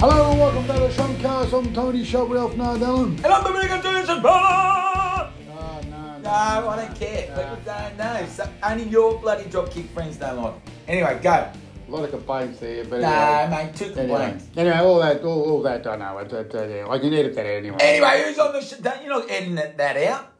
Hello and welcome to the Shumcast. I'm Tony Shelby Elf Nard Allen. And I'm Dominican Jason Ball! Oh, no. No, I don't care. Nah. People don't know. So only your bloody dropkick friends don't like it. Anyway, go. A lot of complaints there, but Nah, anyway. mate, two Anyway, complaints. anyway, all that, all, all that, I know. It, it, it, yeah, I can edit that out anyway. Anyway, who's on the show? Don't you not editing that that out?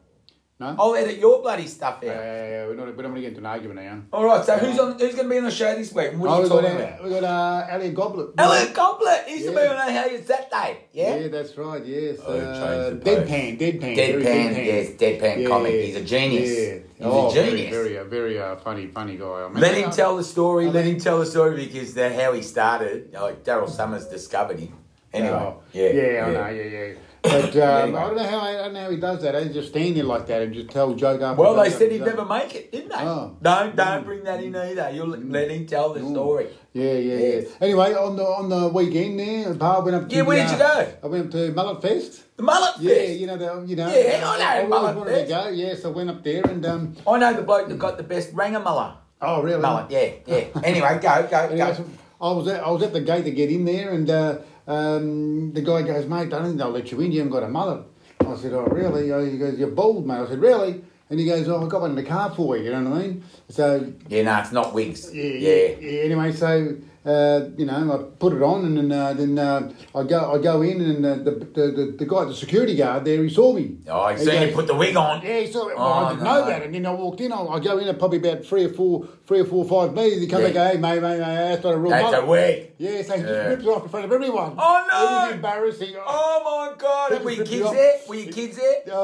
No? I'll edit your bloody stuff Yeah, out. yeah, yeah, we're not, we're not going to get into an argument now. All right, so who's on? Who's going to be on the show this week? What Oh, are you we got, talking uh, about? we got uh, Elliot Goblet. Elliot Goblet used to be Yeah. on Hey, How You Saturday. Yeah? Yeah. that's right, yes. Oh, Uh, change the page. deadpan, deadpan. very Deadpan, yes, deadpan comic. He's a genius. Yeah. He's oh, a genius. Very, very, uh, very uh, funny, funny guy. I mean, Let uh, him tell the story. Let him tell the story because that how he started. Like Daryl Summers discovered him. Anyway, Oh, yeah, I know, yeah, yeah. But um, Anyway. I don't know how I don't know how he does that. He just stand there like that and just tell joke after Well, joke they said after he'd joke. never make it, didn't they? Oh. Mm. No, don't bring that in either. You'll let him tell the story. Yeah, yeah, yeah. Yes. Anyway, on the on the weekend there, Pa went up. To, Yeah, where did you uh, go? I went up to Mullet Fest. The mullet Yeah, fest. you know, the, you know. Yeah, I know always Mullet wanted Fest. to go. Yes, I went up there and um. I know the bloke that got the best ranger mullet. Oh, really? Mullet, yeah, yeah. Anyway, go, go, Anyway, go. so I was at, I was at the gate to get in there, and uh, um, the guy goes, "Mate, I don't think they'll let you in. You haven't got a mullet." I said, "Oh, really?" Oh, He goes, "You're bald, mate." I said, "Really?" And he goes, "Oh, I got one in the car for you." You know what I mean? So Yeah, no, it's not wigs. yeah, Yeah. yeah, Anyway, so uh, you know, I put it on, and then uh, then uh, I go I go in, and uh, the, the the the guy, the security guard there, he saw me. Oh, I He seen you goes, put the wig on. yeah, he saw it. Well, Oh, I didn't no. know that, and then I walked in. I, I go in at probably about three or four, three or four, five meters. He come Yeah. back, hey mate, mate, mate, that's not a real That's mullet." a wig. Yeah, so he just Yeah. ripped it off in front of everyone. Oh, no! It was embarrassing. Oh, Oh my god! That Were your just kids ripped me there? off. Were your kids there?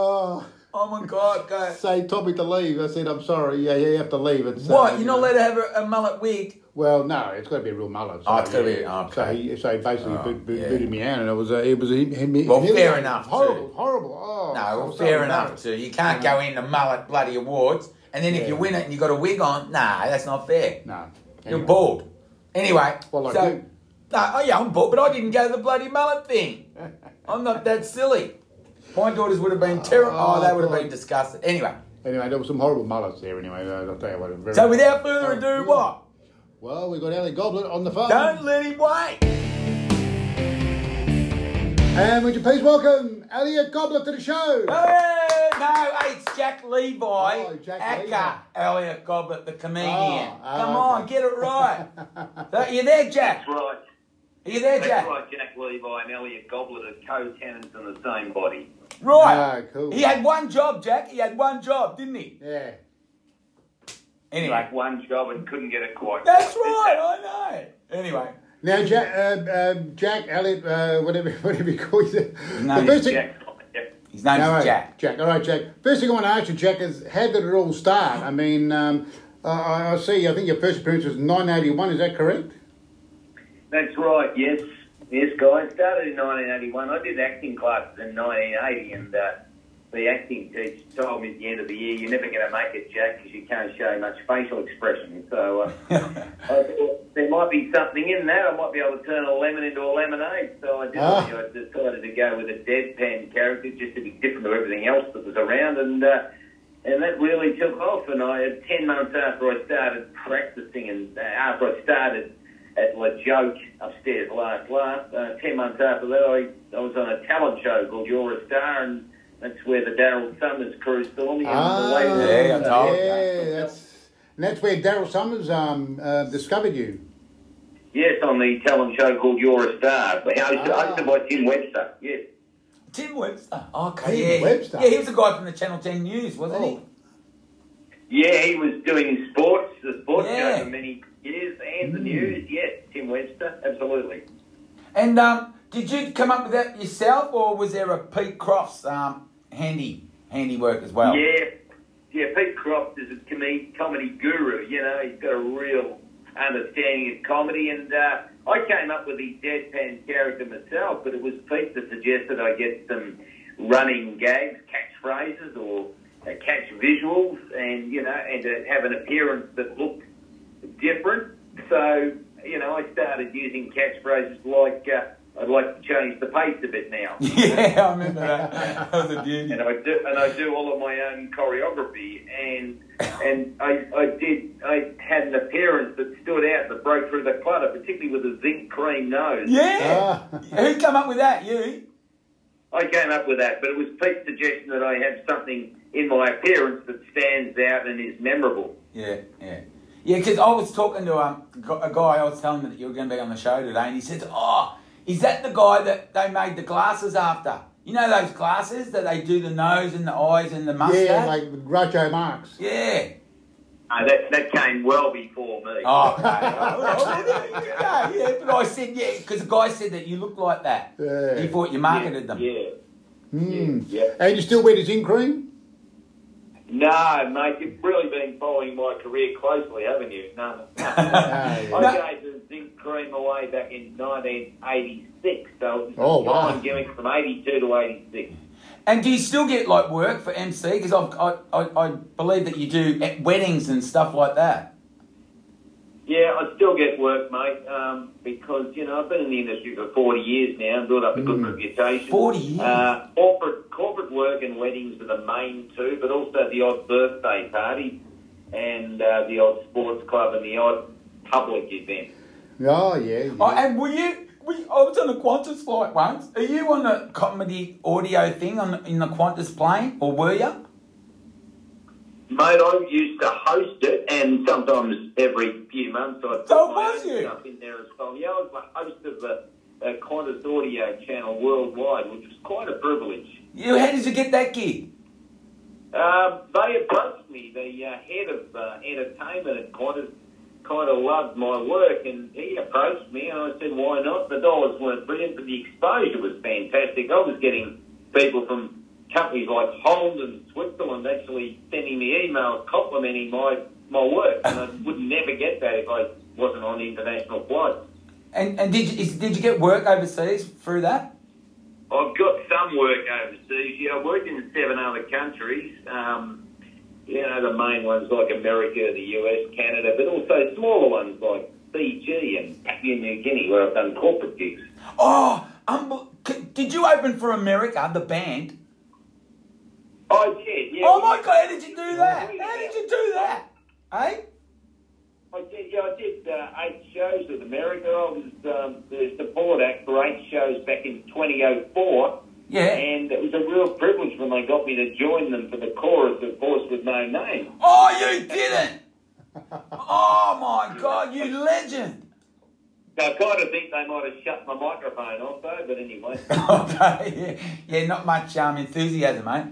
Oh my god, go. so he told me to leave. I said, I'm sorry. Yeah, yeah, you have to leave. It's, What? You're not allowed to have a, a mullet wig? Well, no, it's got to be a real mullet. Oh, it's gotta be- yeah. okay. So he, so he basically Oh, boot, boot, yeah. booted me out, and it was uh, it was him. him Well, him- fair enough, Horrible, too. horrible. Oh, No, I'm well, so fair enough. embarrassed. Too. You can't go in the mullet bloody awards, and then Mm. if Yeah. you win it and you got a wig on, nah, that's not fair. No, You're Anyway. bald. Anyway, Well, I so, do. No, oh yeah, I'm bald, but I didn't go to the bloody mullet thing. I'm not that silly. My daughters would have been terrible. Oh, Oh, they would have God. been disgusted. Anyway, Anyway, there were some horrible mullets there. Anyway, uh, I'll tell you what. it was very- so without further ado, Oh, Yeah. what? Well, we got Ellie Goblet on the phone. Don't let him wait. And would you please welcome Elliot Goblet to the show? Hey, no, hey, it's Jack Levi, Oh, Jack Acker, Levi. Elliot Goblet, the comedian. Oh, oh, Come okay. on, get it right. so, you there, Jack? That's right. Are you there, That's Jack? right, Jack Levi and Elliot Goblet are co-tenants in the same body. Right. Ah, cool. He had one job, Jack. He had one job, didn't he? Yeah. Anyway. One job and couldn't get it quite. That's right, I know. Anyway. Now, Jack, uh, uh, Jack, Elliot, uh, whatever, whatever you call it. No, the first thing, Jack, Jack. His name's No, all right, Jack. Jack. All right, Jack. First thing I want to ask you, Jack, is how did it all start? I mean, um, I- I, I see. I think your first appearance was 1981. Is that correct? That's right. Yes, yes, guys. Started in 1981. I did acting classes in 1980, and uh, the acting teacher told me at the end of the year, "You're never going to make it, Jack, because you can't show much facial expression." So uh, I thought there might be something in that. I might be able to turn a lemon into a lemonade. So I, did, Ah. I decided to go with a deadpan character, just to be different to everything else that was around, and. Uh, and that really took off. And I, had ten months after I started practicing, and uh, after I started at La Joke upstairs last last, uh, ten months after that, I, I was on a talent show called You're a Star, and that's where the Daryl Summers crew saw me. And the way that- Ah, Yeah, I told you. Ah, yeah, that's and that's where Daryl Summers um, uh, discovered you. Yes, on the talent show called You're a Star, but hosted, Ah. hosted by Tim Webster. Yes. Tim Webster. Oh, Okay. Tim yeah. Webster. Yeah, he was a guy from the Channel 10 News, wasn't Oh, Yeah, he was doing sports, the sports Yeah. show for many years, and the news. Yes, Tim Webster, absolutely. he? And um, did you come up with that yourself, or was there a Pete Crofts um, handy handiwork as well? Yeah, yeah. Pete Croft is a comedy, comedy guru. You know, he's got a real understanding of comedy. And uh, I came up with the deadpan character myself, but it was Pete that suggested I get some running gags, catchphrases, or uh, catch visuals, and you know, and to have an appearance that looked different. So you know, I started using catchphrases like. Uh, I'd like to change the pace a bit now. yeah, I remember that. That was a beauty. and I do and I do all of my own choreography and and I, I did I had an appearance that stood out that broke through the clutter, particularly with a zinc cream nose. Yeah. Ah. Who come up with that? You? I came up with that, but it was Pete's suggestion that I have something in my appearance that stands out and is memorable. Yeah, yeah. Yeah, because I was talking to um, gu- a guy, I was telling him that you were going to be on the show today, and he said, Oh, is that the guy that they made the glasses after? You know those glasses that they do the nose and the eyes and the mustache? Yeah, like Groucho Marx. Yeah. Uh, that that came well before me. Oh, okay. Oh, yeah, yeah, but I said, yeah, because the guy said that you look like that. Yeah. He thought you marketed them. Yeah. Mm. Yeah. And you still wear the zinc cream? No, mate, you've really been following my career closely, haven't you? No. Ah, yeah. I No. gave the zinc cream away back in 1986, so it was Oh, wow. time giving from 82 to 86. And do you still get like work for MC? Because I, I I believe that you do at weddings and stuff like that. Yeah, I still get work, mate, um, because, you know, I've been in the industry for 40 years now and built up a good Mm. reputation. 40 years? Uh, corporate, corporate work and weddings are the main two, but also the odd birthday party and uh, the odd sports club and the odd public event. Oh, yeah. yeah. Oh, and were you? Were you- I was on a Qantas flight once. Are you on the comedy audio thing on in the Qantas plane, or were you? Mate, I used to host it, and sometimes every few months I put So my was own you? stuff in there as well. Yeah, I was the host of the uh, Qantas Audio Channel worldwide, which was quite a privilege. You? How did you get that gig? Um, they approached me. The uh, head of uh, entertainment at Qantas kind of loved my work, and he approached me, and I said, "Why not?" The dollars weren't brilliant, but the exposure was fantastic. I was getting people from companies like Holland and Switzerland actually sending me emails complimenting my my work, and I would never get that if I wasn't on international flights. And and did you, is, did you get work overseas through that? I've got some work overseas. Yeah, I worked in seven other countries. Um, you know, the main ones like America, the US, Canada, but also smaller ones like Fiji and Papua New Guinea, where I've done corporate gigs. Oh, um, did you open for America, the band? I did, yeah. Oh my God! How did you do that? How did you do that? Hey. I did, yeah, I did uh, eight shows with America. I was um, the support act for eight shows back in 2004. Yeah. And it was a real privilege when they got me to join them for the chorus of Voice With No Name. Oh, you didn't! Oh my god, you legend! I kind of think they might have shut my microphone off though, but anyway. okay, yeah, yeah, not much um, enthusiasm, mate.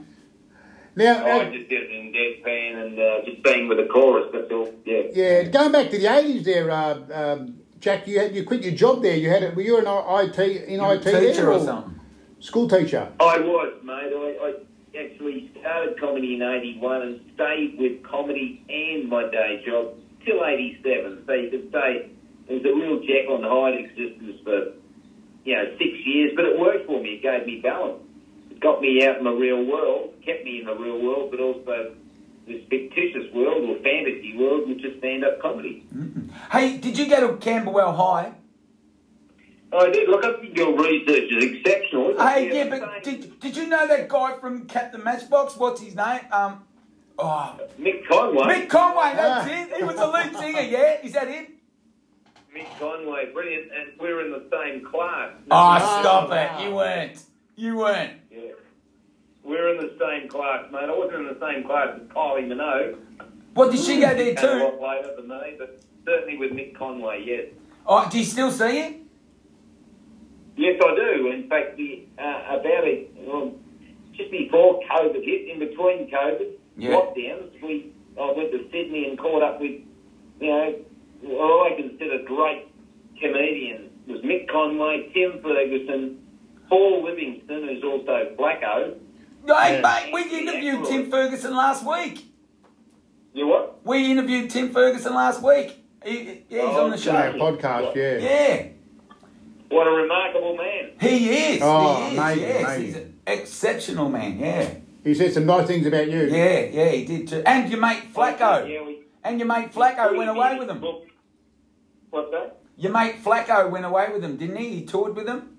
Now, I now just did it in deadpan and uh, just being with the chorus, that's all. Yeah. yeah, going back to the 80s there, uh, um, Jack, you had, you quit your job there. You had it. Were you an IT in IT there Teacher or something. School teacher. I was, mate. I, I actually started comedy in 81 and stayed with comedy and my day job till 87. So you could say it was a real Jekyll and Hyde existence for, you know, six years, but it worked for me. It gave me balance. It got me out in the real world, kept me in the real world, but also this fictitious world or fantasy world, which is stand-up comedy. Mm. Hey, did you go to Camberwell High? I did. Look, I think your research is exceptional. isn't it? Hey, yeah, but did, did you know that guy from Captain Matchbox? What's his name? Um, oh, Mick Conway. Mick Conway, Ah. that's it. He was the lead singer, yeah? Is that it? Mick Conway, brilliant, and we were in the same class. Oh, stop it. You weren't. You weren't. Yeah. We were in the same class, mate. I wasn't in the same class as Kylie Minogue. What, did she go there Came a too? lot later than me, but certainly with Mick Conway, yes. Oh, do you still see it? Yes, I do. In fact, the, uh, about it, um, just before COVID hit, in between COVID Yeah. lockdowns, we I went to Sydney and caught up with, you know, what I consider great comedians It was Mick Conway, Tim Ferguson, Paul Livingston, who's also Blacko. Yeah. Hey, mate, we interviewed Tim Ferguson last week. You what? We interviewed Tim Ferguson last week. He, he- yeah, he's on the Yeah, show. podcast, yeah. Yeah, What a remarkable man. he is. Oh, he is. amazing, yes, amazing. he's an exceptional man. Yeah, He said some nice things about you. yeah, yeah. He did too. And your mate Yeah, Flacco. we- And your mate Flacco we- went away with him. What's that? Your mate Flacco went away with him, didn't he? He toured with him.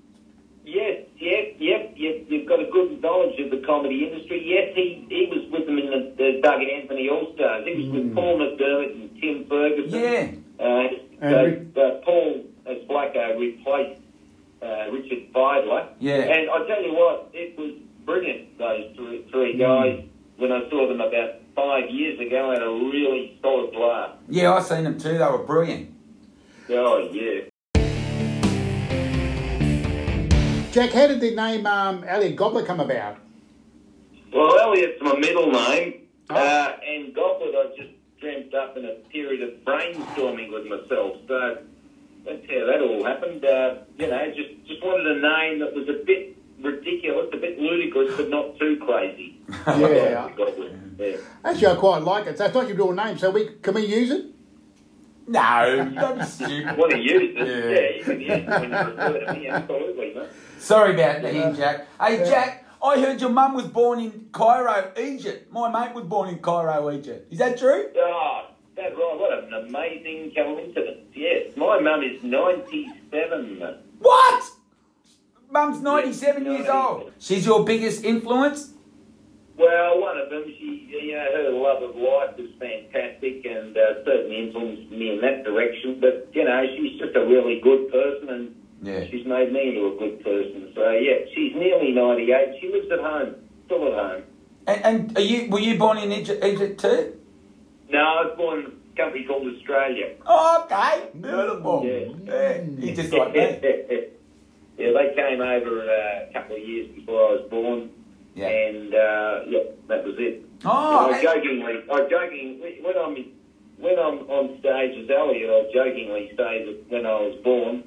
you, you've got a good knowledge of the comedy industry. Yes, he, he was with them in the, the Doug and Anthony All Stars. He was with Paul McDermott and Tim Ferguson. Hmm. Yeah. Uh, And so, uh, Paul as Blacko replaced uh, Richard Feidler. Yeah. And I tell you what, it was brilliant. Those three, Hmm. three guys when I saw them about five years ago, I had a really solid laugh. Yeah, I seen them too. They were brilliant. Oh yeah. Jack, how did the name um, Elliot Gobbler come about? Well, Elliot's my middle name, Oh. uh, and Goblet I just dreamt up in a period of brainstorming with myself. So that's how that all happened. Uh, you know, just just wanted a name that was a bit ridiculous, a bit ludicrous, but not too crazy. Yeah. Goblet. Yeah. Actually, I quite like it. So it's not your real name. So we can we use it? No, don't be stupid. Want to use it? Yeah. Yeah. you can use it when you refer to me. Absolutely, mate. Sorry about the him, Jack. Hey, Jack, I heard your mum was born in Cairo, Egypt. My mate was born in Cairo, Egypt. Is that true? Oh, that right. What an amazing coincidence. Yes, my mum is ninety-seven. mate. What? Mum's 97 years 90. old. She's your biggest influence? Well, one of them, she, you know, her love of life was fantastic and uh, certainly influenced me in that direction. But, you know, she's just a really good person and Yeah. she's made me into a good person. So, yeah, she's nearly 98. She lives at home, still at home. And, and are you were you born in Egypt, Egypt too? No, I was born in a country called Australia. Oh, okay. Beautiful. Yeah. Yeah. He's just yeah, like that. they came over uh, a couple of years before I was born. Yeah. And, uh, yeah, that was it. Oh, I jokingly, I jokingly, when I'm when I'm on stage as Elliot, I jokingly say that when I was born,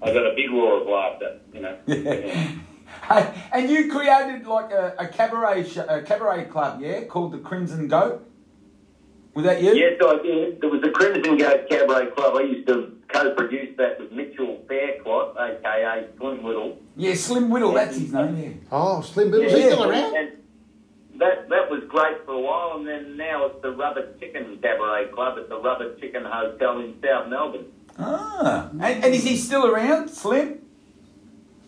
I got a big roar of laughter. You know. Yeah. Hey, and you created like a, a cabaret sh- a cabaret club, yeah, called the Crimson Goat. Was that you? Yes, I did. There was the Crimson Goat Cabaret Club. I used to co-produce that with Mitchell Faircloth, aka Slim Little. Yeah, Slim Whittle, that's his name. Oh, Slim Biddle. Is he Yeah. still around? And that that was great for a while, and then now it's the Rubber Chicken Cabaret Club at the Rubber Chicken Hotel in South Melbourne. Yeah. Ah, and, and is he still around, Slim?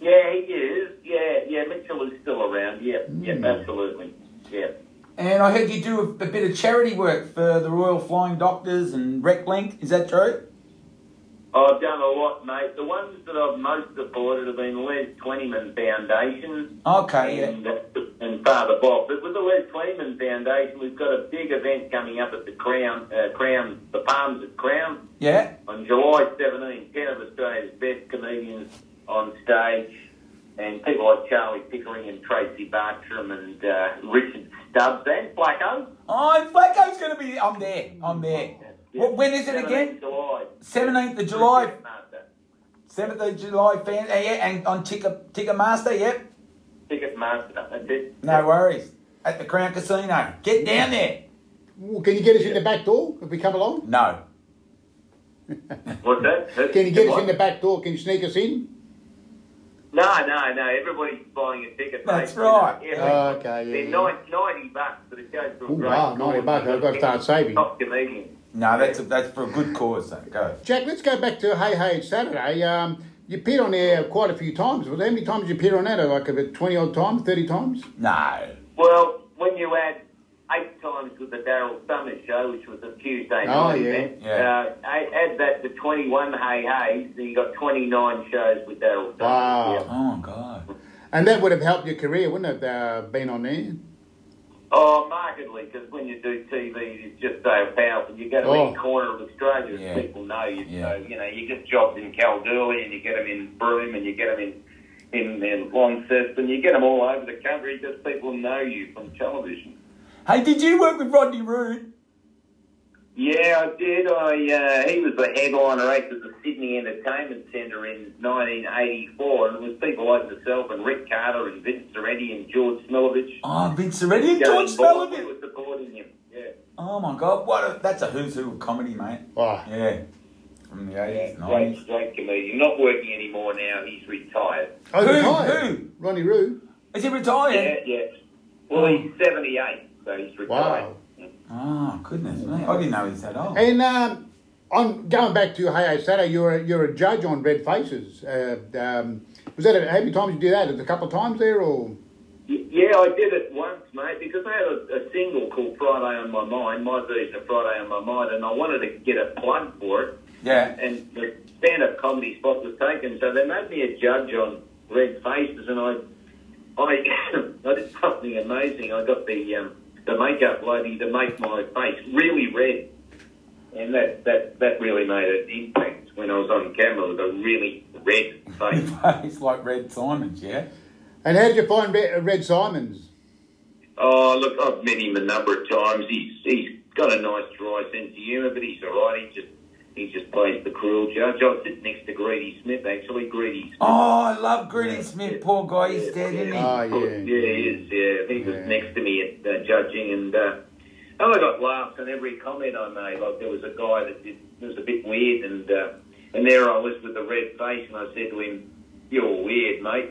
Yeah, he is. Yeah, yeah, Mitchell is still around. Yeah, Hmm. yeah, absolutely. Yeah. And I heard you do a, a bit of charity work for the Royal Flying Doctors and RecLink. Is that true? I've done a lot, mate. The ones that I've most supported have been Les Twentyman Foundation Okay, yeah. and, and Father Bob. But with the Les Twentyman Foundation, we've got a big event coming up at the Crown, uh, Crown, the Palms at Crown. Yeah. on July 17, 10 of Australia's best comedians on stage, and people like Charlie Pickering and Tracy Bartram and uh, Richard Stubbs and Blacko. Oh, Flacco's going to be. I'm there. I'm there. Wh- When is it again? 17th July. 17th of July. Ticketmaster. 7th of July, fan. uh, Yeah, and on Ticket Ticketmaster, yep. Ticketmaster, that's it. No worries. At the Crown Casino. Get down there. Well, Can you get us in the back door if we come along? No. What's that? Can you get us in the back door? Can you sneak us in? No, no, no. Everybody's buying a ticket. mate. That's right. You know, Oh, okay, yeah, They're yeah. 90, 90 bucks, but it goes to a Ooh, great wow, 90 cause. bucks. I've got to start saving. Top comedian. No, that's a, that's for a good cause. Though. Go. Jack, let's go back to Hey Hey It's Saturday. Um, you appeared on there quite a few times. How many times did you appear on that? Like about 20 odd times, 30 times? No. Well, when you add eight times with the Daryl Summers show, which was a Tuesday night Oh, yeah. event, Yeah. Uh, I- add that to 21 Hey Hay's, then you got 29 shows with Daryl Summers. Wow. Yeah. Oh my God. And that would have helped your career, wouldn't it? Uh, being on there. Oh, markedly, because when you do TV, it's just so powerful. You go to Oh. any corner of Australia, and Yeah. people know you. Yeah. So, you know, you get jobs in Kaldooley, and you get them in Broome, and you get them in, in, in Launceston. You get them all over the country because people know you from television. Hey, did you work with Rodney Roode? Yeah, I did. I uh, he was the headliner act at the Sydney Entertainment Centre in 1984, and it was people like myself and Rick Carter and Vince Soretti and George Smilovich. Oh, Vince Reddy and George Ball, who Sullivan. was supporting him. Yeah. Oh my God. What a, that's a who's who of comedy, mate. Oh, Yeah. From the Yeah, 80s, 90s. great, great comedian. Not working anymore now. He's retired. oh Who? retired. Who? Ronnie Roo. Is he retired? Yeah, yeah. Well, he's 78, so he's retired. Oh, goodness me. I didn't know he's that old. And um, on going back to Hey Hey Saturday, you're a, you're a judge on Red Faces. Uh, um, Was that a, how many times did you do that? A couple of times there, or Y- Yeah, I did it once, mate, because I had a, a single called Friday on My Mind, my version of Friday on My Mind, and I wanted to get a plug for it. Yeah. And the stand up comedy spot was taken, so they made me a judge on Red Faces, and I I, I did something amazing. I got the um, the makeup lady to make my face really red, and that, that, that really made an impact when I was on camera with a really red face. it's like Red Simons, yeah? and how did you find Red, Red Simons? Oh, look, I've met him a number of times. He's he's got a nice dry sense of humour, but he's all right. He just he just plays the cruel judge. I was sitting next to Greedy Smith actually. Greedy Smith. Oh, I love Gritty Smith, poor guy, he's dead, isn't he? Oh, yeah. yeah, he is. Yeah, he was Yeah. next to me at uh, judging, and uh, oh, I got laughs on every comment I made. Like there was a guy that did, it was a bit weird, and uh, and there I was with a red face, and I said to him, "You're weird, mate,"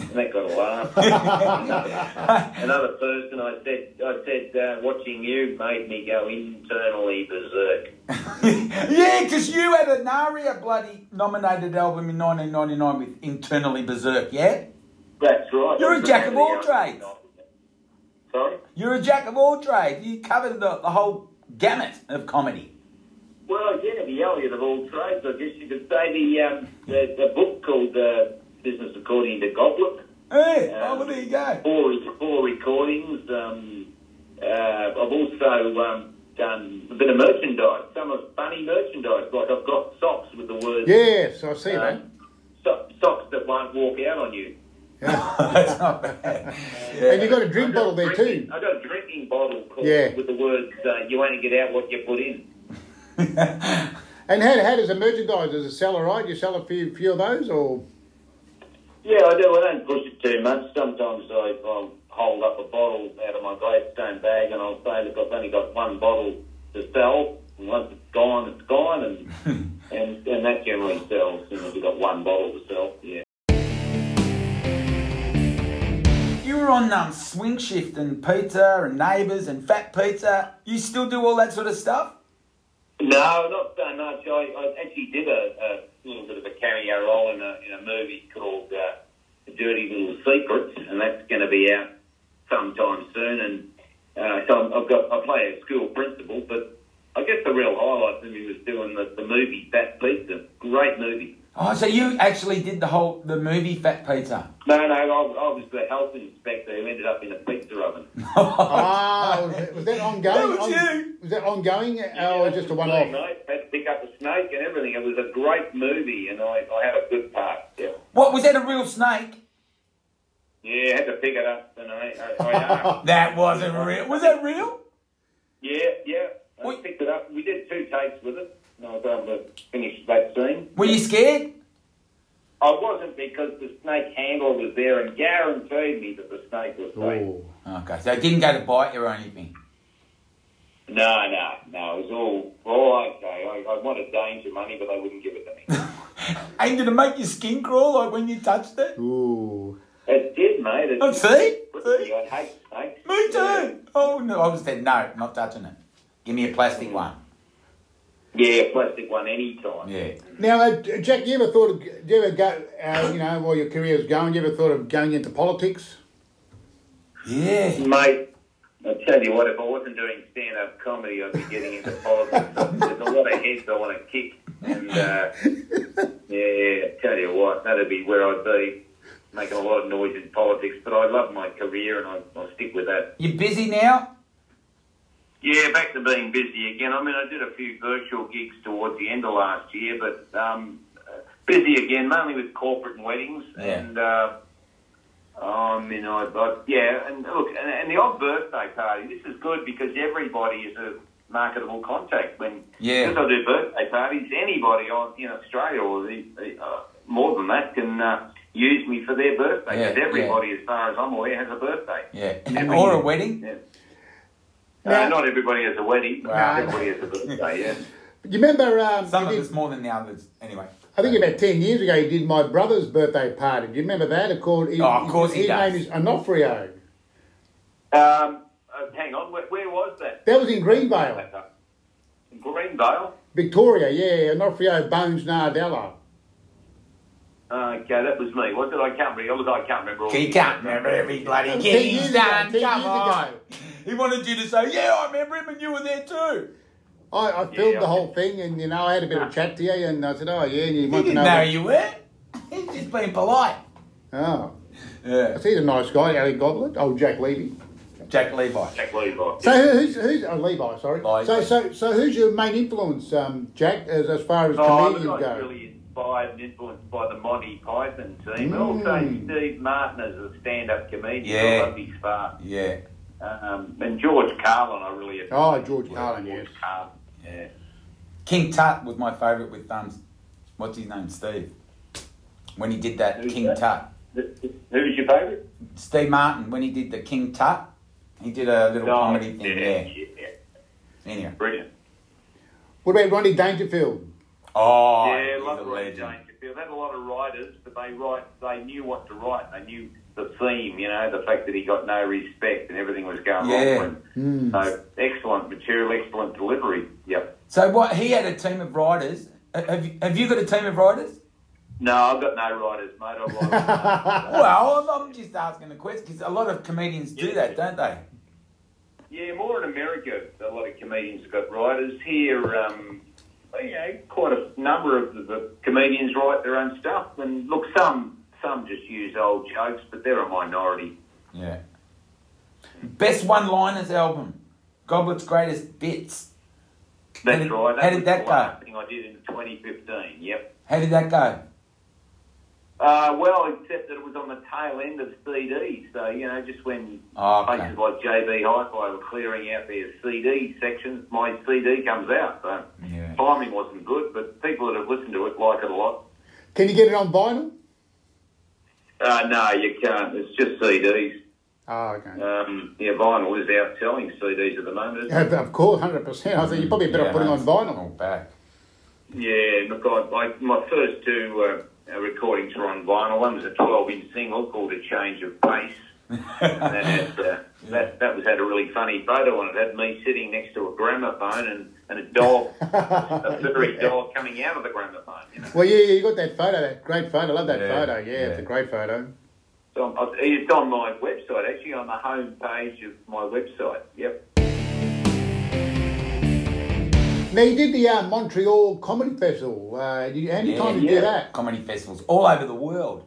and that got a laugh. Oh. Another person, I said, I said, uh, watching you made me go internally berserk. yeah, because you had a Naria bloody nominated album in 1999 with Internally Berserk, yeah? That's right. You're a jack of all trades. Sorry. You're a jack of all trades. You covered the, the whole gamut of comedy. Well, yeah, the Elliot of all trades, I guess you could say. The um, the, the book called uh, "Business According to Goblet." Hey, oh, well, there you go. Four, four recordings. Um, uh, I've also um, done a bit of merchandise. Some of funny merchandise, like I've got socks with the words. Yes, I see that. um, so- socks that won't walk out on you. That's not bad. And you got a drink I've got bottle there drinking- too. I've got a drinking bottle called, Yeah. with the words, uh, you only get out what you put in. And how, how does the merchandise? Does it sell all right? You sell a few few of those, or Yeah, I do. I don't push it too much. Sometimes I, I'll hold up a bottle out of my Gladstone bag and I'll say, look, I've only got one bottle to sell. And once it's gone, it's gone. And, and, and that generally sells. You know, we've got one bottle to sell. Yeah. You were on um, Swing Shift and Pizza and Neighbours and Fat Pizza. You still do all that sort of stuff? No, not so much. I, I actually did a, a little bit of a cameo role in a, in a movie called uh, The Dirty Little Secrets, and that's going to be out sometime soon. And uh, so I'm, I've got I play a school principal, but I guess the real highlight for me was doing the, the movie Fat Pizza. Great movie. Oh, so you actually did the whole the movie Fat Pizza. No, no, I, was- I was the health inspector who ended up in a pizza oven. ah, was that, was that ongoing? That was On- you. was that ongoing, uh, or Oh, just a one off? Mate, had to pick up a snake and everything. It was a great movie, and I, I had a good part. Yeah. What was that a real snake? Yeah, I had to pick it up, uh, and I, I, I asked. That wasn't real. Was that real? yeah, yeah, I Wait. picked it up. We did two takes with it, and I was able to finish that scene. Were you scared? I wasn't because the snake handler was there and guaranteed me that the snake was safe. Oh. Okay, so it didn't go to bite you or anything. No, no, no, it was all, all okay. I, I wanted danger money, but they wouldn't give it to me. And did it make your skin crawl like when you touched it? Ooh. it did, mate. It, Oh, see? See? I hate snakes. Me too. Oh no, I was said no, not touching it. Give me a plastic one. Yeah, plastic one any time. Yeah. Now, uh, Jack, you ever thought of, do you ever go, uh, you know, while your career was going, you ever thought of going into politics? Yeah. Mate, I'll tell you what, if I wasn't doing stand up comedy, I'd be getting into politics. There's a lot of heads I want to kick. And, uh, yeah, yeah, tell you what, that'd be where I'd be, making a lot of noise in politics. But I love my career and I, I'll stick with that. You busy now? Yeah, back to being busy again. I mean, I did a few virtual gigs towards the end of last year, but um, uh, busy again, mainly with corporate and weddings. Yeah. And, uh, um, you know, I, I, yeah, and look, and, and the odd birthday party. This is good because everybody is a marketable contact. When Yeah. because I do birthday parties, anybody on in Australia or the, uh, more than that can uh, use me for their birthday. Yeah, Because yeah. everybody, as far as I'm aware, has a birthday. Yeah. Every or a year. wedding? Yeah. Now- Uh, not everybody has a wedding. but Wow. Everybody has a birthday. Yeah. You remember, um, Some you of did- it's more than the others. Anyway. I think about 10 years ago, you did my brother's birthday party. Do you remember that? It called, Oh, of course he his does. name is Onofrio. Um, uh, hang on. Where, where was that? That was in Greenvale, Greenvale. Victoria, yeah, Onofrio Bones Nardello. Uh, Okay, that was me, was it? I can't remember. Look, I can't remember all He the- can't remember every bloody Ten kid he's years done. ago, ten Come years on. ago. He wanted you to say, yeah, I remember him and you were there too. I, I filmed Yeah. the whole thing, and you know, I had a bit of chat to you, and I said, "Oh yeah," and you He want to didn't know? know, that- you were. He's just being polite. Oh, Yeah. he's a nice guy, Alec Goblet, old Jack Levy. Jack Levi. Jack Levi. So who- who's who's oh, Levi? Sorry. Levi. So so so who's your main influence, um, Jack, as, as far as Oh, comedians I was go? really inspired and influenced by the Monty Python team. Mm. Also, Steve Martin as a stand-up comedian. Yeah. I love his fart. Yeah. Um, and George Carlin, I really admire. Oh, George Carlin, yes. Carlin, yeah. King Tut was my favourite with um, what's his name, Steve. When he did that Who's King that? Tut, Th- th- Who's your favourite? Steve Martin. When he did the King Tut, he did a little comedy Oh, yeah, thing. Yeah. yeah, yeah. Anyway. Brilliant. What about Ronnie Dangerfield? Oh, yeah, he's love a Ronnie legend. Dangerfield. Had a lot of writers, but they write. They knew what to write. They knew the theme. You know, the fact that he got no respect and everything was going Yeah. Mm. wrong. with him. So excellent material, excellent delivery. Yep. So what? He had a team of writers. Ha- Have you, have you got a team of writers? No, I've got no writers, mate. I write. Well, I'm, I'm just asking a question because a lot of comedians do Yeah. that, don't they? yeah, more in America. A lot of comedians have got writers here. Um, you know, quite a number of the, the comedians write their own stuff, and look, some some just use old jokes, but they're a minority. Yeah. Best one-liners album, Goblet's greatest bits. That's How did- right. how That did was that the go? last thing I did in 2015. Yep. How did that go? Uh, well, except that it was on the tail end of CD, so you know, just when Oh, okay. places like JB Hi-Fi were clearing out their CD sections, my CD comes out. So Yeah. timing wasn't good, but people that have listened to it like it a lot. Can you get it on vinyl? Uh, no, you can't. It's just CDs. Oh, okay. Um, yeah, vinyl is outselling CDs at the moment. isn't it? Of- Of course, hundred percent. I think you probably better Yeah, put it no, on it's all vinyl. back. Yeah, look, I, I, my first two uh, uh, recordings were on vinyl. One was a 12-inch single called A Change of Pace. and that, had, uh, that, that was had a really funny photo on it. It had me sitting next to a gramophone and, and a dog, a furry dog coming out of the gramophone. You know? Well, yeah, yeah, you got that photo, that great photo. I love that Yeah, photo. Yeah, it's a yeah. great photo. So I'm- I- it's on my website, actually, on the home page of my website. Yep. Now you did the uh, Montreal Comedy Festival. Uh, you, how many Yeah, times did you yeah. do that? Comedy festivals all over the world.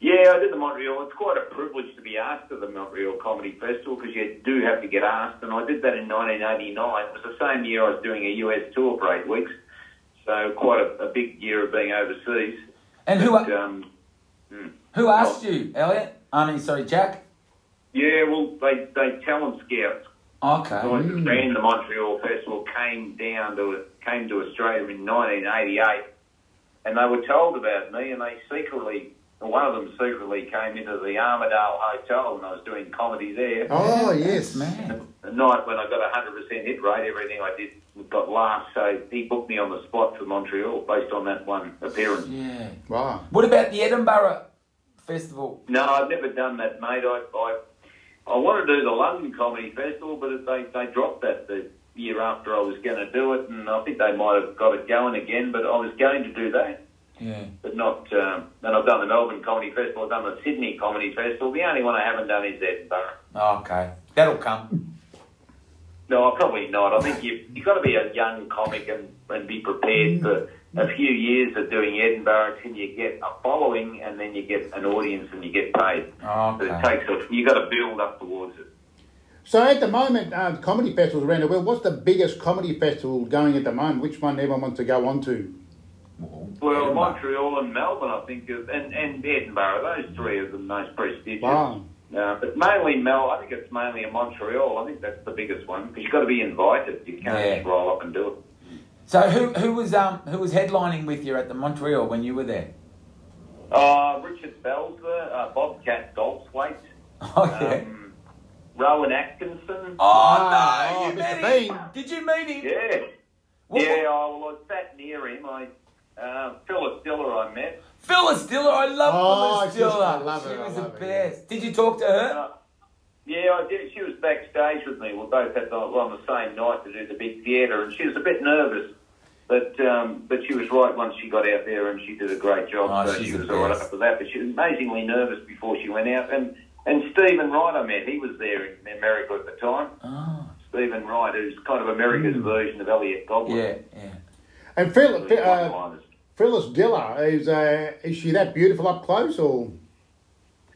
Yeah, I did the Montreal. It's quite a privilege to be asked to the Montreal Comedy Festival because you do have to get asked. And I did that in 1989. It was the same year I was doing a US tour for eight weeks. So quite a, a big year of being overseas. And who But, um, who asked you, Elliot? I mean, sorry, Jack. Yeah, well, they, they talent scouts. Okay. Guys that ran the Montreal Festival came down to came to Australia in 1988, and they were told about me, and they secretly, one of them secretly came into the Armadale Hotel when I was doing comedy there. Oh Yeah, yes, man. The night when I got a 100% hit rate, everything I did got laughs, so he booked me on the spot for Montreal based on that one appearance. Yeah. Wow. What about the Edinburgh Festival? No, I've never done that, mate. I I, I want to do the London Comedy Festival, but it- they they dropped that the year after I was going to do it, and I think they might have got it going again. But I was going to do that, Yeah. but not. Um, and I've done the Melbourne Comedy Festival. I've done the Sydney Comedy Festival. The only one I haven't done is Edinburgh. Okay. That'll come. No, probably not. I think you've, you've got to be a young comic and, and be prepared for a few years of doing Edinburgh until you get a following and then you get an audience and you get paid. But it Okay. takes a, you've got to build up towards it. So at the moment, uh, comedy festivals around the world. What's the biggest comedy festival going at the moment? Which one everyone wants to go on to? Well, Edinburgh. Montreal and Melbourne, I think, is- and, and Edinburgh, those three are the most prestigious. Wow. Uh, but mainly Mel, I think it's mainly in Montreal. I think that's the biggest one because you've got to be invited. You can't Yeah. just roll up and do it. So who who was um who was headlining with you at the Montreal when you were there? Uh, Richard Belzer, uh, Bobcat Goldthwait, Oh yeah. um, Rowan Atkinson. oh Ah, no! oh, you met Mr. him. Bean. Did you meet him? Yeah. What- yeah, oh, well, I sat near him. I, uh, Phyllis Diller I met. Phyllis Diller. I love Oh, Phyllis she's- Diller. I love her, She I was love the her, yeah. best. Did you talk to her? Uh, yeah, I did. She was backstage with me. We both had the, on the same night to do the big theatre, and she was a bit nervous. But um, but she was right once she got out there and she did a great job. Oh, so she's she the was all right best. after that. But she was amazingly nervous before she went out. And and Stephen Wright I met, he was there in America at the time. Oh, Stephen Wright, who's kind of America's version of Elliot Goblin. Hmm. yeah, yeah. And Phil, Really Phil- uh, one-liners. Phyllis Diller is uh, is she that beautiful up close or?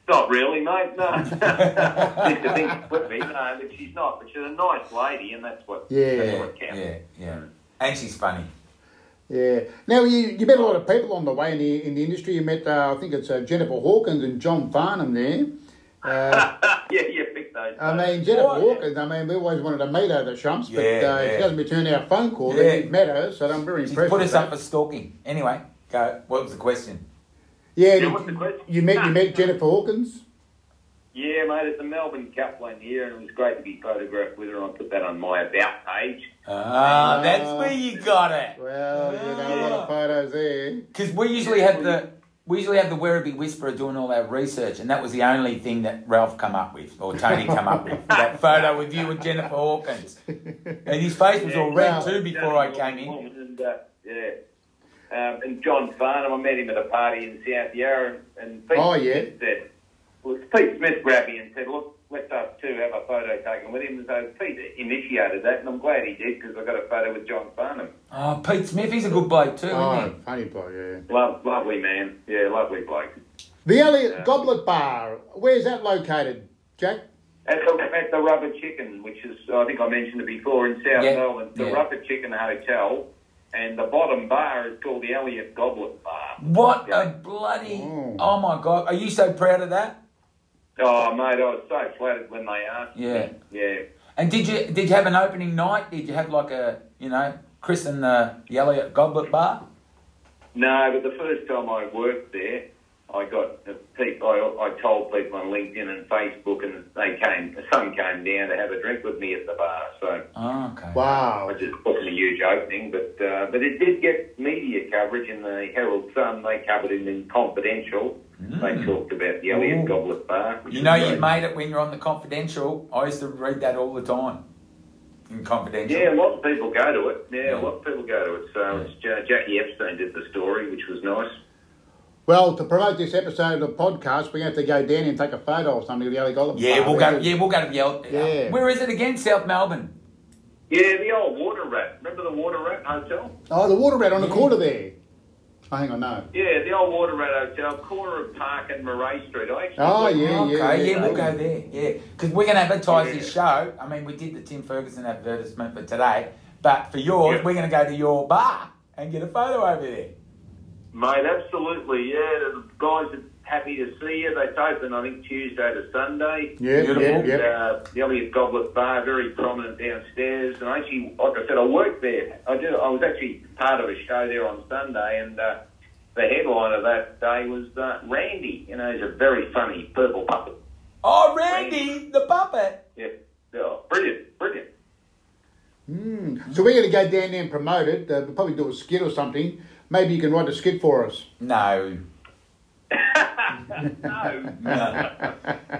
Not really, mate. No. Used to think it would be. No, but she's not. But she's a nice lady, and that's what. Yeah. That's Yeah, what counts. yeah, yeah. And she's funny. Yeah. Now you, you met a lot of people on the way in the in the industry. You met uh, I think it's uh, Jennifer Hawkins and John Farnham there. Uh, yeah, yeah. Pick those. I up. mean Jennifer Right. Hawkins. I mean we always wanted to meet her, the chumps, but Yeah, uh, yeah. she doesn't return our phone call. Yeah. We've met her, so I'm very She's impressed. put with us up that. for stalking. Anyway, go. What was the question? Yeah. Yeah, you- what's the question? you met you met Jennifer Hawkins. Yeah, mate, at the Melbourne Cup one year, and it was great to be photographed with her. and I put that on my about page. Uh, Ah, that's where you got it. Well, you know a lot of photos there. Because we usually had the we usually had the Werribee Whisperer doing all our research, and that was the only thing that Ralph come up with or Tony come up with that photo with you and Jennifer Hawkins, and his face was all red Yeah. too before I came in. And, uh, yeah. Um, and John Farnham, I met him at a party in South Yarra, and Pete Oh, yeah. Smith said, well, Pete Smith grabbed me and said, look, let us two have a photo taken with him. And so Pete initiated that, and I'm glad he did because I got a photo with John Farnham. Oh, Pete Smith, he's a good bloke too, Oh, isn't funny bloke, yeah. Lo- lovely man. Yeah, lovely bloke. The Elliot Yeah. Goblet Bar. Where's that located, Jack? At the, at the Rubber Chicken, which is, I think I mentioned it before, in South Yeah, Melbourne, the yeah. Rubber Chicken Hotel, and the bottom bar is called the Elliot Goblet Bar. he? What a bloody! Oh. Oh my God, are you so proud of that? Oh, mate, I was so flattered when they asked. Yeah. Yeah. And did you did you have an opening night? Did you have like a you know Chris and the, the Elliot Goblet Bar? No, but the first time I worked there, I got people. I, I told people on LinkedIn and Facebook, and they came. Some came down to have a drink with me at the bar. So Oh, okay. I Wow. just wasn't a huge opening, but uh, but it did get media coverage in the Herald Sun. They covered it in Confidential. They talked about the Ooh. Elliot Goblet Bar. which You is know you've great. made it when you're on the Confidential. I used to read that all the time in Confidential. Yeah, a lot of people go to it. Yeah, a lot of people go to it. So Yeah. it's, Ja- Jackie Epstein did the story, which was nice. Well, to promote this episode of the podcast, we have to go down and take a photo of something of the Elliot Goblet Yeah, Bar. we'll go. Yeah, we'll go to the. El- Yeah. Where is it again? South Melbourne. Yeah, the old Water Rat. Remember the Water Rat Hotel? Oh, the water rat on the Yeah. corner there. Oh, hang on, no. Yeah, the old Water Rat Hotel, corner of Park and Murray Street. I actually Oh, went- yeah, okay. yeah, Yeah, yeah. we'll go there. Yeah, because we're going to advertise Yeah. this show. I mean, we did the Tim Ferguson advertisement for today, but for yours, Yeah. we're going to go to your bar and get a photo over there. Mate, absolutely. Yeah, the guys are happy to see you. They open, I think, Tuesday to Sunday. Yeah, Beautiful. yeah, And, yeah. uh, the Elliot Goblet Bar, very prominent downstairs. And I actually, like I said, I worked there. I did. I was actually part of a show there on Sunday, and uh, the headline of that day was uh, Randy. You know, he's a very funny purple puppet. Oh, Randy, the puppet. Yeah, oh, brilliant, brilliant. Mm. So we're going to go down there and promote it. Uh, we'll probably do a skit or something. Maybe you can write a skit for us. No. No. No.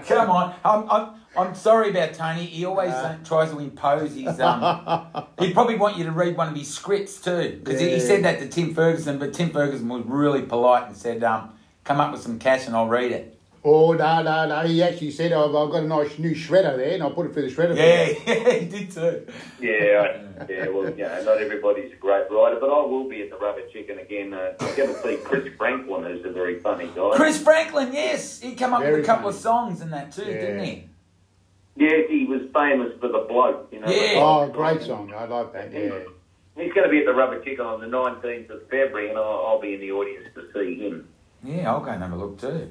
Come on. I'm, I'm, I'm sorry about Tony. He always uh, tries to impose his. Um, he'd probably want you to read one of his scripts too, because he, he Yeah. said that to Tim Ferguson, but Tim Ferguson was really polite and said, um, "Come up with some cash and I'll read it." Oh, no, no, no. He actually said, oh, I've got a nice new shredder there, and I'll put it through the shredder. Yeah, he did too. Yeah, I- yeah. Well, you know, not everybody's a great rider, but I will be at the Rubber Chicken again. Uh, going to see Chris Franklin, who's a very funny guy. Chris Franklin, yes, he came up Very with a couple funny. of songs and that too, Yeah. didn't he? Yeah, he was famous for the bloke. You know. Yeah. Oh, great song. I like that, yeah. He's going to be at the Rubber Chicken on the 19th of February, and I'll, I'll be in the audience to see him. Yeah, I'll go and have a look too.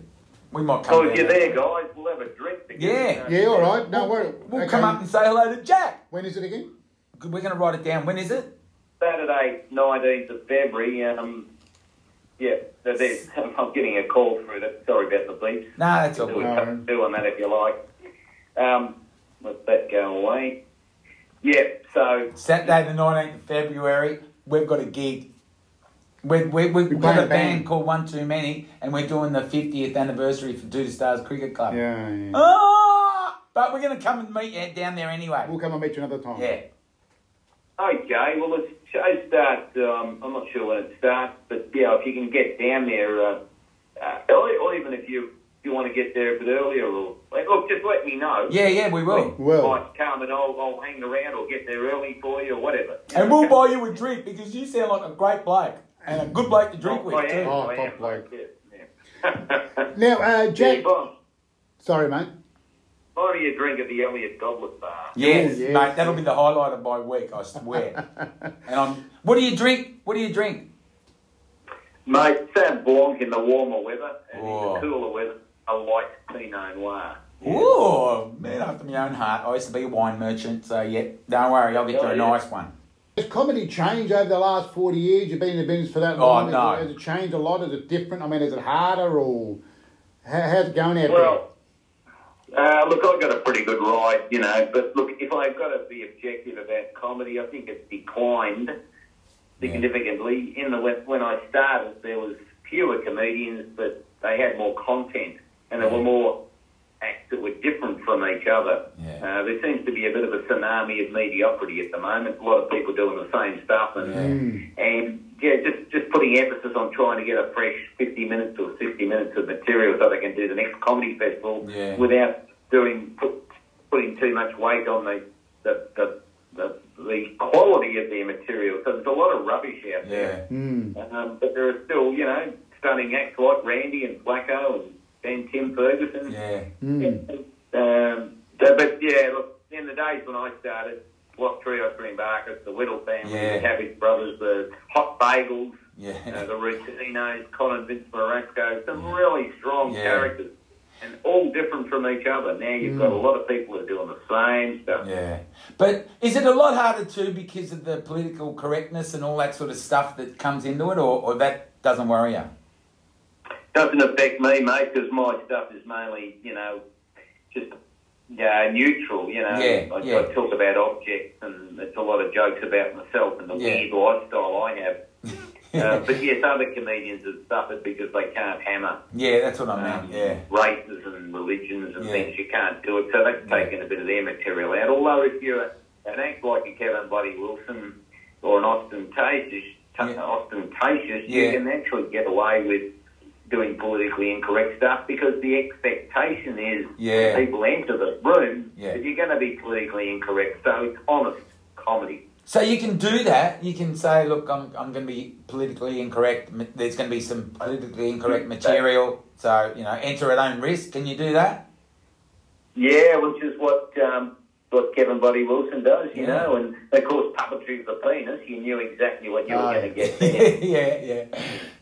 We might come. So if down you're there, guys, we'll have a drink. Yeah. Yeah, all right. No worry. We'll Okay. come up and say hello to Jack. When is it again? We're going to write it down. When is it? Saturday, 19th of February. Um, yeah, so there's- I'm getting a call through that. Sorry about the beeps. No, that's all do good. a couple two on that if you like. Um, let that go away. Yeah, so Saturday the 19th of February, we've got a gig. We've, we we we've got playing a a band, band. called One Too Many, and we're doing the 50th anniversary for Duda Stars Cricket Club. Yeah, yeah. Ah! but we're going to come and meet you down there anyway. We'll come and meet you another time. Yeah. okay, well it's show starts. Um, I'm not sure when it starts, but yeah, if you can get down there, uh, uh, or, or even if you you want to get there a bit earlier, or like, look, just let me know. Yeah, yeah, we will. Well. Like, come and I'll, I'll hang around or get there early for you or whatever. And we'll buy you a drink because you sound like a great bloke and a good bloke to drink I with am, too. Oh, I am, top bloke. yeah, yeah. Now, uh, Hey, Jack. Bob, Sorry, mate. buy me a drink at the Elliot Goblet Bar. Yes, Yeah, yeah. mate, that'll be the highlight of my week, I swear. and I'm. What do you drink? What do you drink? Mate, Sam Blanc in the warmer weather and Whoa. in the cooler weather, a light Pinot Noir. Ooh, man, after my own heart. I used to be a wine merchant, so yeah, don't worry, I'll get you Oh, a yeah. nice one. Has comedy changed over the last 40 years? You've been in the business for that Oh, long. no. Has, it, has it changed a lot? Is it different? I mean, is it harder or how, how's it going out Well, uh, look, I got a pretty good ride, you know. But look, if I've got to be objective about comedy, I think it's declined significantly. In the when- when I started, there was fewer comedians, but they had more content, and there were more acts that were different from each other. Yeah. Uh, there seems to be a bit of a tsunami of mediocrity at the moment. A lot of people doing the same stuff, and Hmm, and yeah, just just putting emphasis on trying to get a fresh fifty minutes or sixty minutes of material so they can do the next comedy festival Yeah. without doing put, putting too much weight on the the, the the the quality of their material. So there's a lot of rubbish out Yeah. there, hmm, um, but there are still you know stunning acts like Randy and Blacko and Ben Tim Ferguson. Yeah. hmm. Um, so, but yeah, look, in the days when I started, Block Trio Green Barkers, the Whittle family, Yeah. the Cabbage Brothers, the Hot Bagels, Yeah. you know, the Routinos, Colin Vince Morasco, some really strong Yeah. characters. And all different from each other. Now you've got a lot of people who are doing the same stuff. Mm. Yeah. But is it a lot harder too because of the political correctness and all that sort of stuff that comes into it, or, or that doesn't worry you? Doesn't affect me, mate, because my stuff is mainly, you know, just yeah, neutral. You know, Yeah, I, yeah. I talk about objects, and it's a lot of jokes about myself and the Yeah. weird lifestyle I have. Uh, but yes, other comedians have suffered because they can't hammer Yeah, that's what I um, meant. Oh, Yeah. races and religions and Yeah. things. You can't do it, so they've taken a bit of their material out. Although if you're an act like a Kevin Bloody Wilson or an ostentatious, Yeah. ostentatious, Yeah. you can actually get away with doing politically incorrect stuff because the expectation is Yeah. when people enter the room Yeah. that you're going to be politically incorrect. So it's honest comedy. So you can do that. You can say, look, I'm, I'm going to be politically incorrect. M- There's going to be some politically incorrect material. So, you know, enter at own risk. Can you do that? Yeah, which is what um, what Kevin Buddy Wilson does, you Yeah. know. And of course, puppetry of the penis. You knew exactly what you Aye. were going to get. There. yeah, yeah. yeah.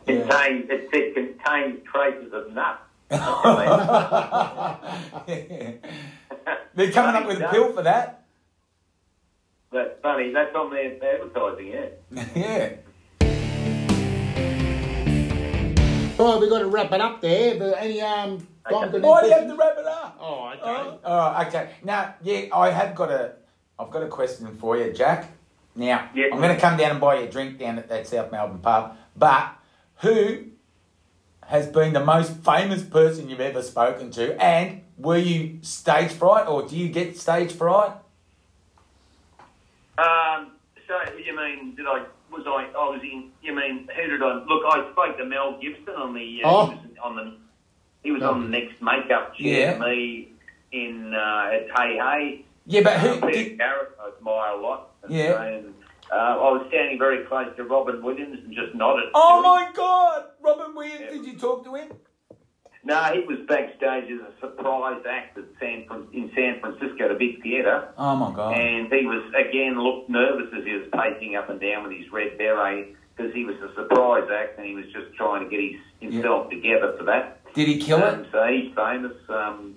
Contains it, it contains traces of nuts. They're coming up with a pill for that. That's funny. That's on their advertising, yeah. yeah. there? Well, we've got to Oh, wrap it up there. But any, um, Dom, got any Why do you have questions? to wrap it up? Oh, okay. Oh, okay. Now, yeah, I have got a, I've got a question for you, Jack. Now, Yeah. I'm going to come down and buy you a drink down at that South Melbourne pub. But who has been the most famous person you've ever spoken to, and were you stage fright, or do you get stage fright? Um, so you mean did I was I I was in? You mean who did I look? I spoke to Mel Gibson on the uh, Oh. he was on the he was on the next makeup chair. Oh. Yeah. Me in uh, at Hey Hey. Yeah, but Uh, who? Peter Did, Garrett, I admire a lot. And, Yeah. and, uh, I was standing very close to Robin Williams and just nodded. oh to him. my God, Robin Williams. Did you talk to him? No, he was backstage as a surprise act at San Fran- in San Francisco, the big theatre, Oh my God. and he was again looked nervous as he was pacing up and down with his red beret because he was a surprise act and he was just trying to get his, himself together for that. Did he kill it? Um, so he's famous. Um,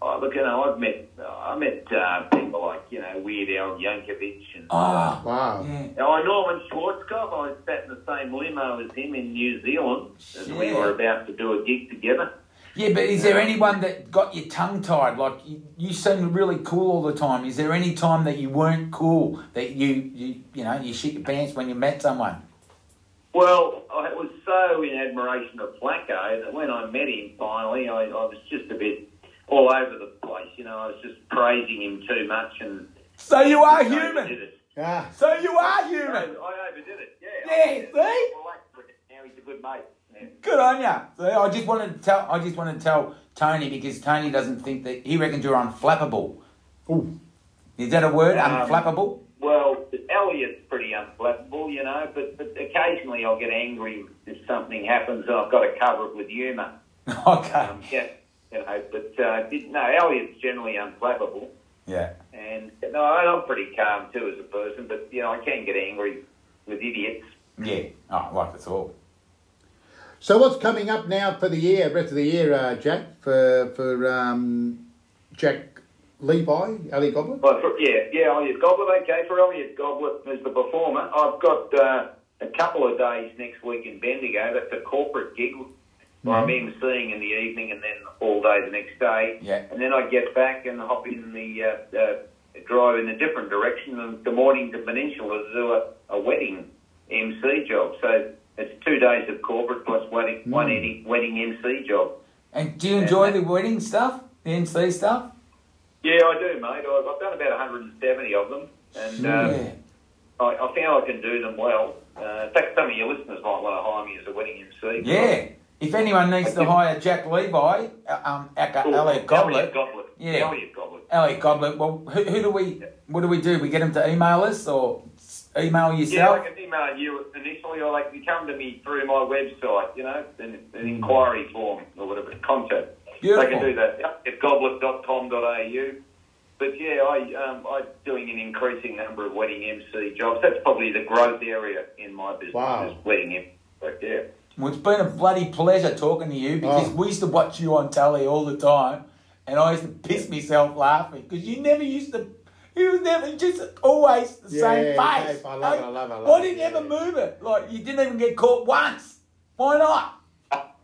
oh, look, you know, I've met I met uh, people like you know Weird Al Yankovic and. Oh, Wow. yeah. I Norman Schwarzkopf, I sat in the same limo as him in New Zealand, and we Shit. were about to do a gig together. Yeah, but is there anyone that got your tongue tied? Like you, you seem really cool all the time. Is there any time that you weren't cool that you you you know you shit your pants when you met someone? Well, I was so in admiration of Flacco that when I met him finally, I, I was just a bit all over the place. You know, I was just praising him too much, and So you are you know, human. did it. Ah, So you are No, human. I overdid it. Yeah. Yeah, I- see? Well, like, Now he's a good mate. Yeah. Good on ya. So I just wanted to tell. I just wanted to tell Tony because Tony doesn't think that he reckons you're unflappable. ooh. Is that a word? Um, unflappable. Well, Elliot's pretty unflappable, you know, but, but occasionally I'll get angry if something happens and I've got to cover it with humour. Okay. Um, yeah, you know, but uh, did- no, Elliot's generally unflappable. yeah. And no, I'm pretty calm too as a person, but you know, I can get angry with idiots. Yeah. Oh, like it's all. So what's coming up now for the year, rest of the year, uh, Jack, for for um, Jack Levi, Ali Goblin? Well, for, yeah, yeah, Elliot Goblet, okay, for Elliot Goblet as the performer. I've got uh, a couple of days next week in Bendigo. That's a corporate gig where I'm emceeing in the evening and then all day the next day. Yeah. And then I get back and hop in the uh, uh, drive in a different direction and the morning to Peninsula to do a, a wedding MC job. So it's two days of corporate plus wedding, one wedding, wedding MC job. And do you enjoy the wedding stuff? The MC stuff? Yeah, I do, mate. I've, I've done about 170 of them, and yeah. uh, I, I found I can do them well. Uh, in fact, some of your listeners might want to hire me as a wedding MC. Yeah. If anyone needs to hire Jack Levi, uh, um, aka Or Elliot Goblet, Elliot Goblet. Yeah. Elliot Goblet. Elliot Goblet. Well, who, who do we? What do we do? We get him to email us or s- email Yeah, yourself? I can email you initially, or like you come to me through my website, you know, an, an inquiry form or whatever, contact. Hmm. Beautiful. They can do that yep, at goblet.com.au. But yeah, I, um, I'm doing an increasing number of wedding MC jobs. That's probably the growth area in my business, Wow. is wedding MC. But yeah. Well, it's been a bloody pleasure talking to you because Oh. we used to watch you on telly all the time, and I used to piss myself laughing because you never used to. You was never just always the Yeah, same yeah, face. yeah, I love it, I love it, I love Why it, didn't you yeah, ever yeah. move it? Like you didn't even get caught once. Why not?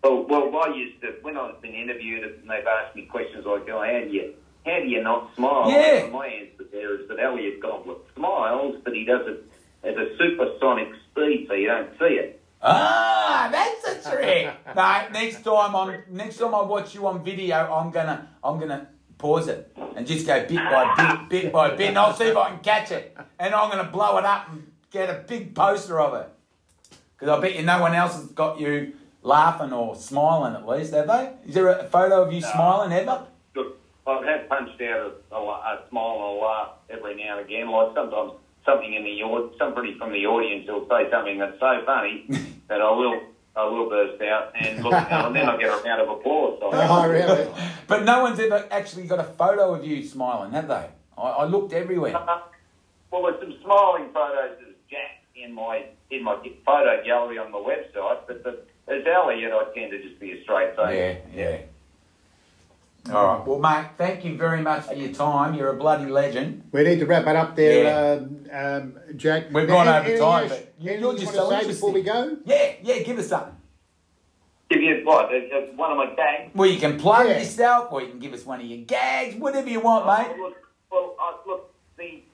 Well, well, I used to when I've been interviewed and they've asked me questions like, "Oh, how do you, how do you not smile?" Yeah. My answer there is that Elliot Goblet smiles, but he does it at a supersonic speed, so you don't see it. Ah, that's a trick. no, next time I'm next time I watch you on video, I'm gonna I'm gonna pause it and just go bit by bit, bit by bit, and I'll see if I can catch it, and I'm gonna blow it up and get a big poster of it. Because I bet you no one else has got you laughing or smiling at least, have they? Is there a photo of you smiling ever? Look, I've had punched out a, a, la- a smile and a laugh every now and again. Like sometimes something in the au- somebody from the audience will say something that's so funny that I will I will burst out and look, and then I get a round of applause. So Oh, really? But no one's ever actually got a photo of you smiling, have they? I, I looked everywhere. Uh, well, there's some smiling photos of Jack in my in my photo gallery on the website, but the, as Elliot, I tend to just be a straight Yeah, face. yeah. All right. Well, mate, thank you very much for your time. You're a bloody legend. We need to wrap it up there, Yeah. um, um, Jack. We've gone Any- over anything time, else- but you- anything you're you just want to so say before we go? Yeah, yeah. Give us something. If you what, it's it's one of my gags. Well, you can plug Yeah. yourself, or you can give us one of your gags, whatever you want, mate. Look, well, I, look, the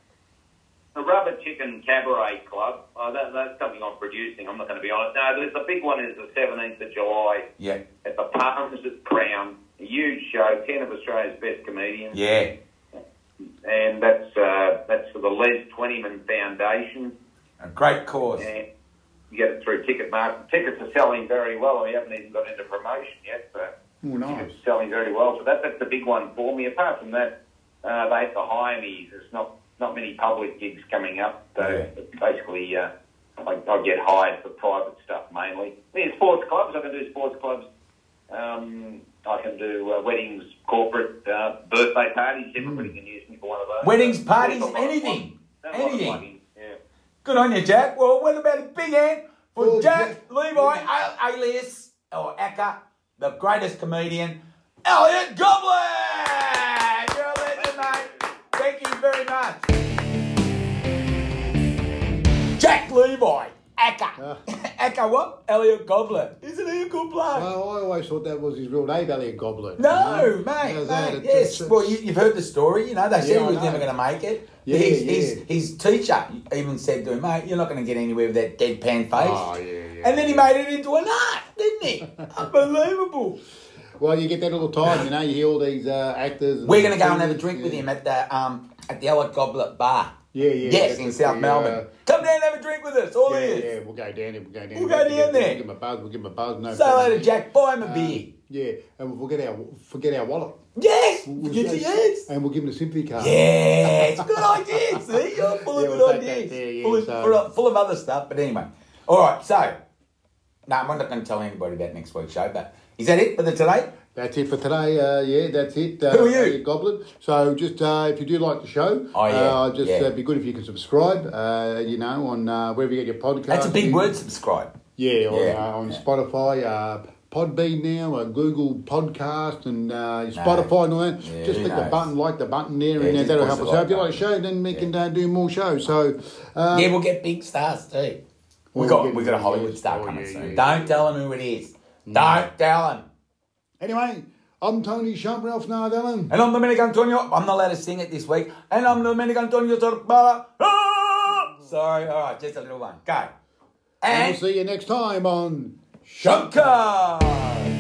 the Rubber Chicken Cabaret Club. Uh, that, that's something I'm producing. I'm not going to be honest. No, the, the big one is the 17th of July Yeah, at the Palms at Crown. A huge show. Ten of Australia's best comedians. yeah. and that's uh, that's for the Les Twentyman Foundation. A great cause. And you get it through Ticketmaster. Tickets are selling very well. We haven't even got into promotion yet, but Oh, nice. tickets are selling very well. So that, that's the big one for me. Apart from that, uh, they have to hire me. There's not not many public gigs coming up. So Yeah. basically, uh, I, I get hired for private stuff mainly. Yeah, sports clubs. I can do sports clubs. Um, I can do uh, weddings, corporate, uh, birthday parties. Everybody can use me for one of those. Hmm. Weddings, parties, There's a lot of anything, there's a lot of anything. plugging, Yeah. Good on you, Jack. Well, what about a big hand for Well, Oh, Jack Jack- Levi, a- alias or Acker, the greatest comedian, Elliot Goblin. You're a legend, mate. Thank you very much. Jack Levi, Acker, Acker what? Elliot Ah. Goblin. Ah. Isn't he a good bloke? Well, I always thought that was his real name, Elliot Goblet. No, You know? mate, How's that? mate. It's- yes. it's- well, you, you've heard the story. You know, they said Yeah, he I was know. never going to make it. Yeah, his, yeah. His, his teacher even said to him, mate, you're not going to get anywhere with that deadpan face. Oh, yeah, yeah. and then he made it into an art, didn't he? Unbelievable. Well, you get that all the time, you know. You hear all these uh, actors. We're going to go and have a drink eh? Yeah. with him at the um at the Elliot Goblet Bar. Yeah, yeah. yes, yeah, in that's South the, Melbourne. uh, Come down and have a drink with us, all yeah, it is. yeah, we'll go down there. We'll go down We'll there. go down there. We'll give him a buzz. We'll give him a buzz. No Say problem. hello to Jack, buy him a Um, beer. Yeah, and we'll get our forget our wallet. Yes! We'll- we'll Yes, say- yes! And we'll give him a sympathy card. Yes, good idea. See, you're full of Yeah, we'll take good that ideas, there, yeah, full, of, so- full, of, full of other stuff. But anyway, all right. So, no, I'm not going to tell anybody about next week's show. But is that it for the today? That's it for today. Uh, yeah, that's it. Uh, Who are you? uh, Goblin. So just uh, if you do like the show, Oh, yeah, uh, just yeah. uh, be good if you can subscribe. Uh, you know, on uh, wherever you get your podcast. That's a big in. word. Subscribe. Yeah, on, Yeah. Uh, on Yeah. Spotify, uh, Podbean now, uh, Google Podcast, and uh, Spotify and all that. Yeah, just who click the knows? button, like the button there, and Yeah, uh, just that'll press help the us. out. if you like like the show, then we Yeah. can uh, do more shows. So uh, yeah, we'll get big stars too. We We'll got get- we got a Hollywood yes. star Oh, coming yeah, soon. yeah, Don't tell them who it is. Don't tell them. anyway, I'm Tony Shump, Ralph Nard Allen. And I'm Dominic Antonio. I'm not allowed to sing it this week. And I'm Dominic Antonio Sorbara. Ah! Sorry. All right, just a little one. Go. And And we'll see you next time on Shunka.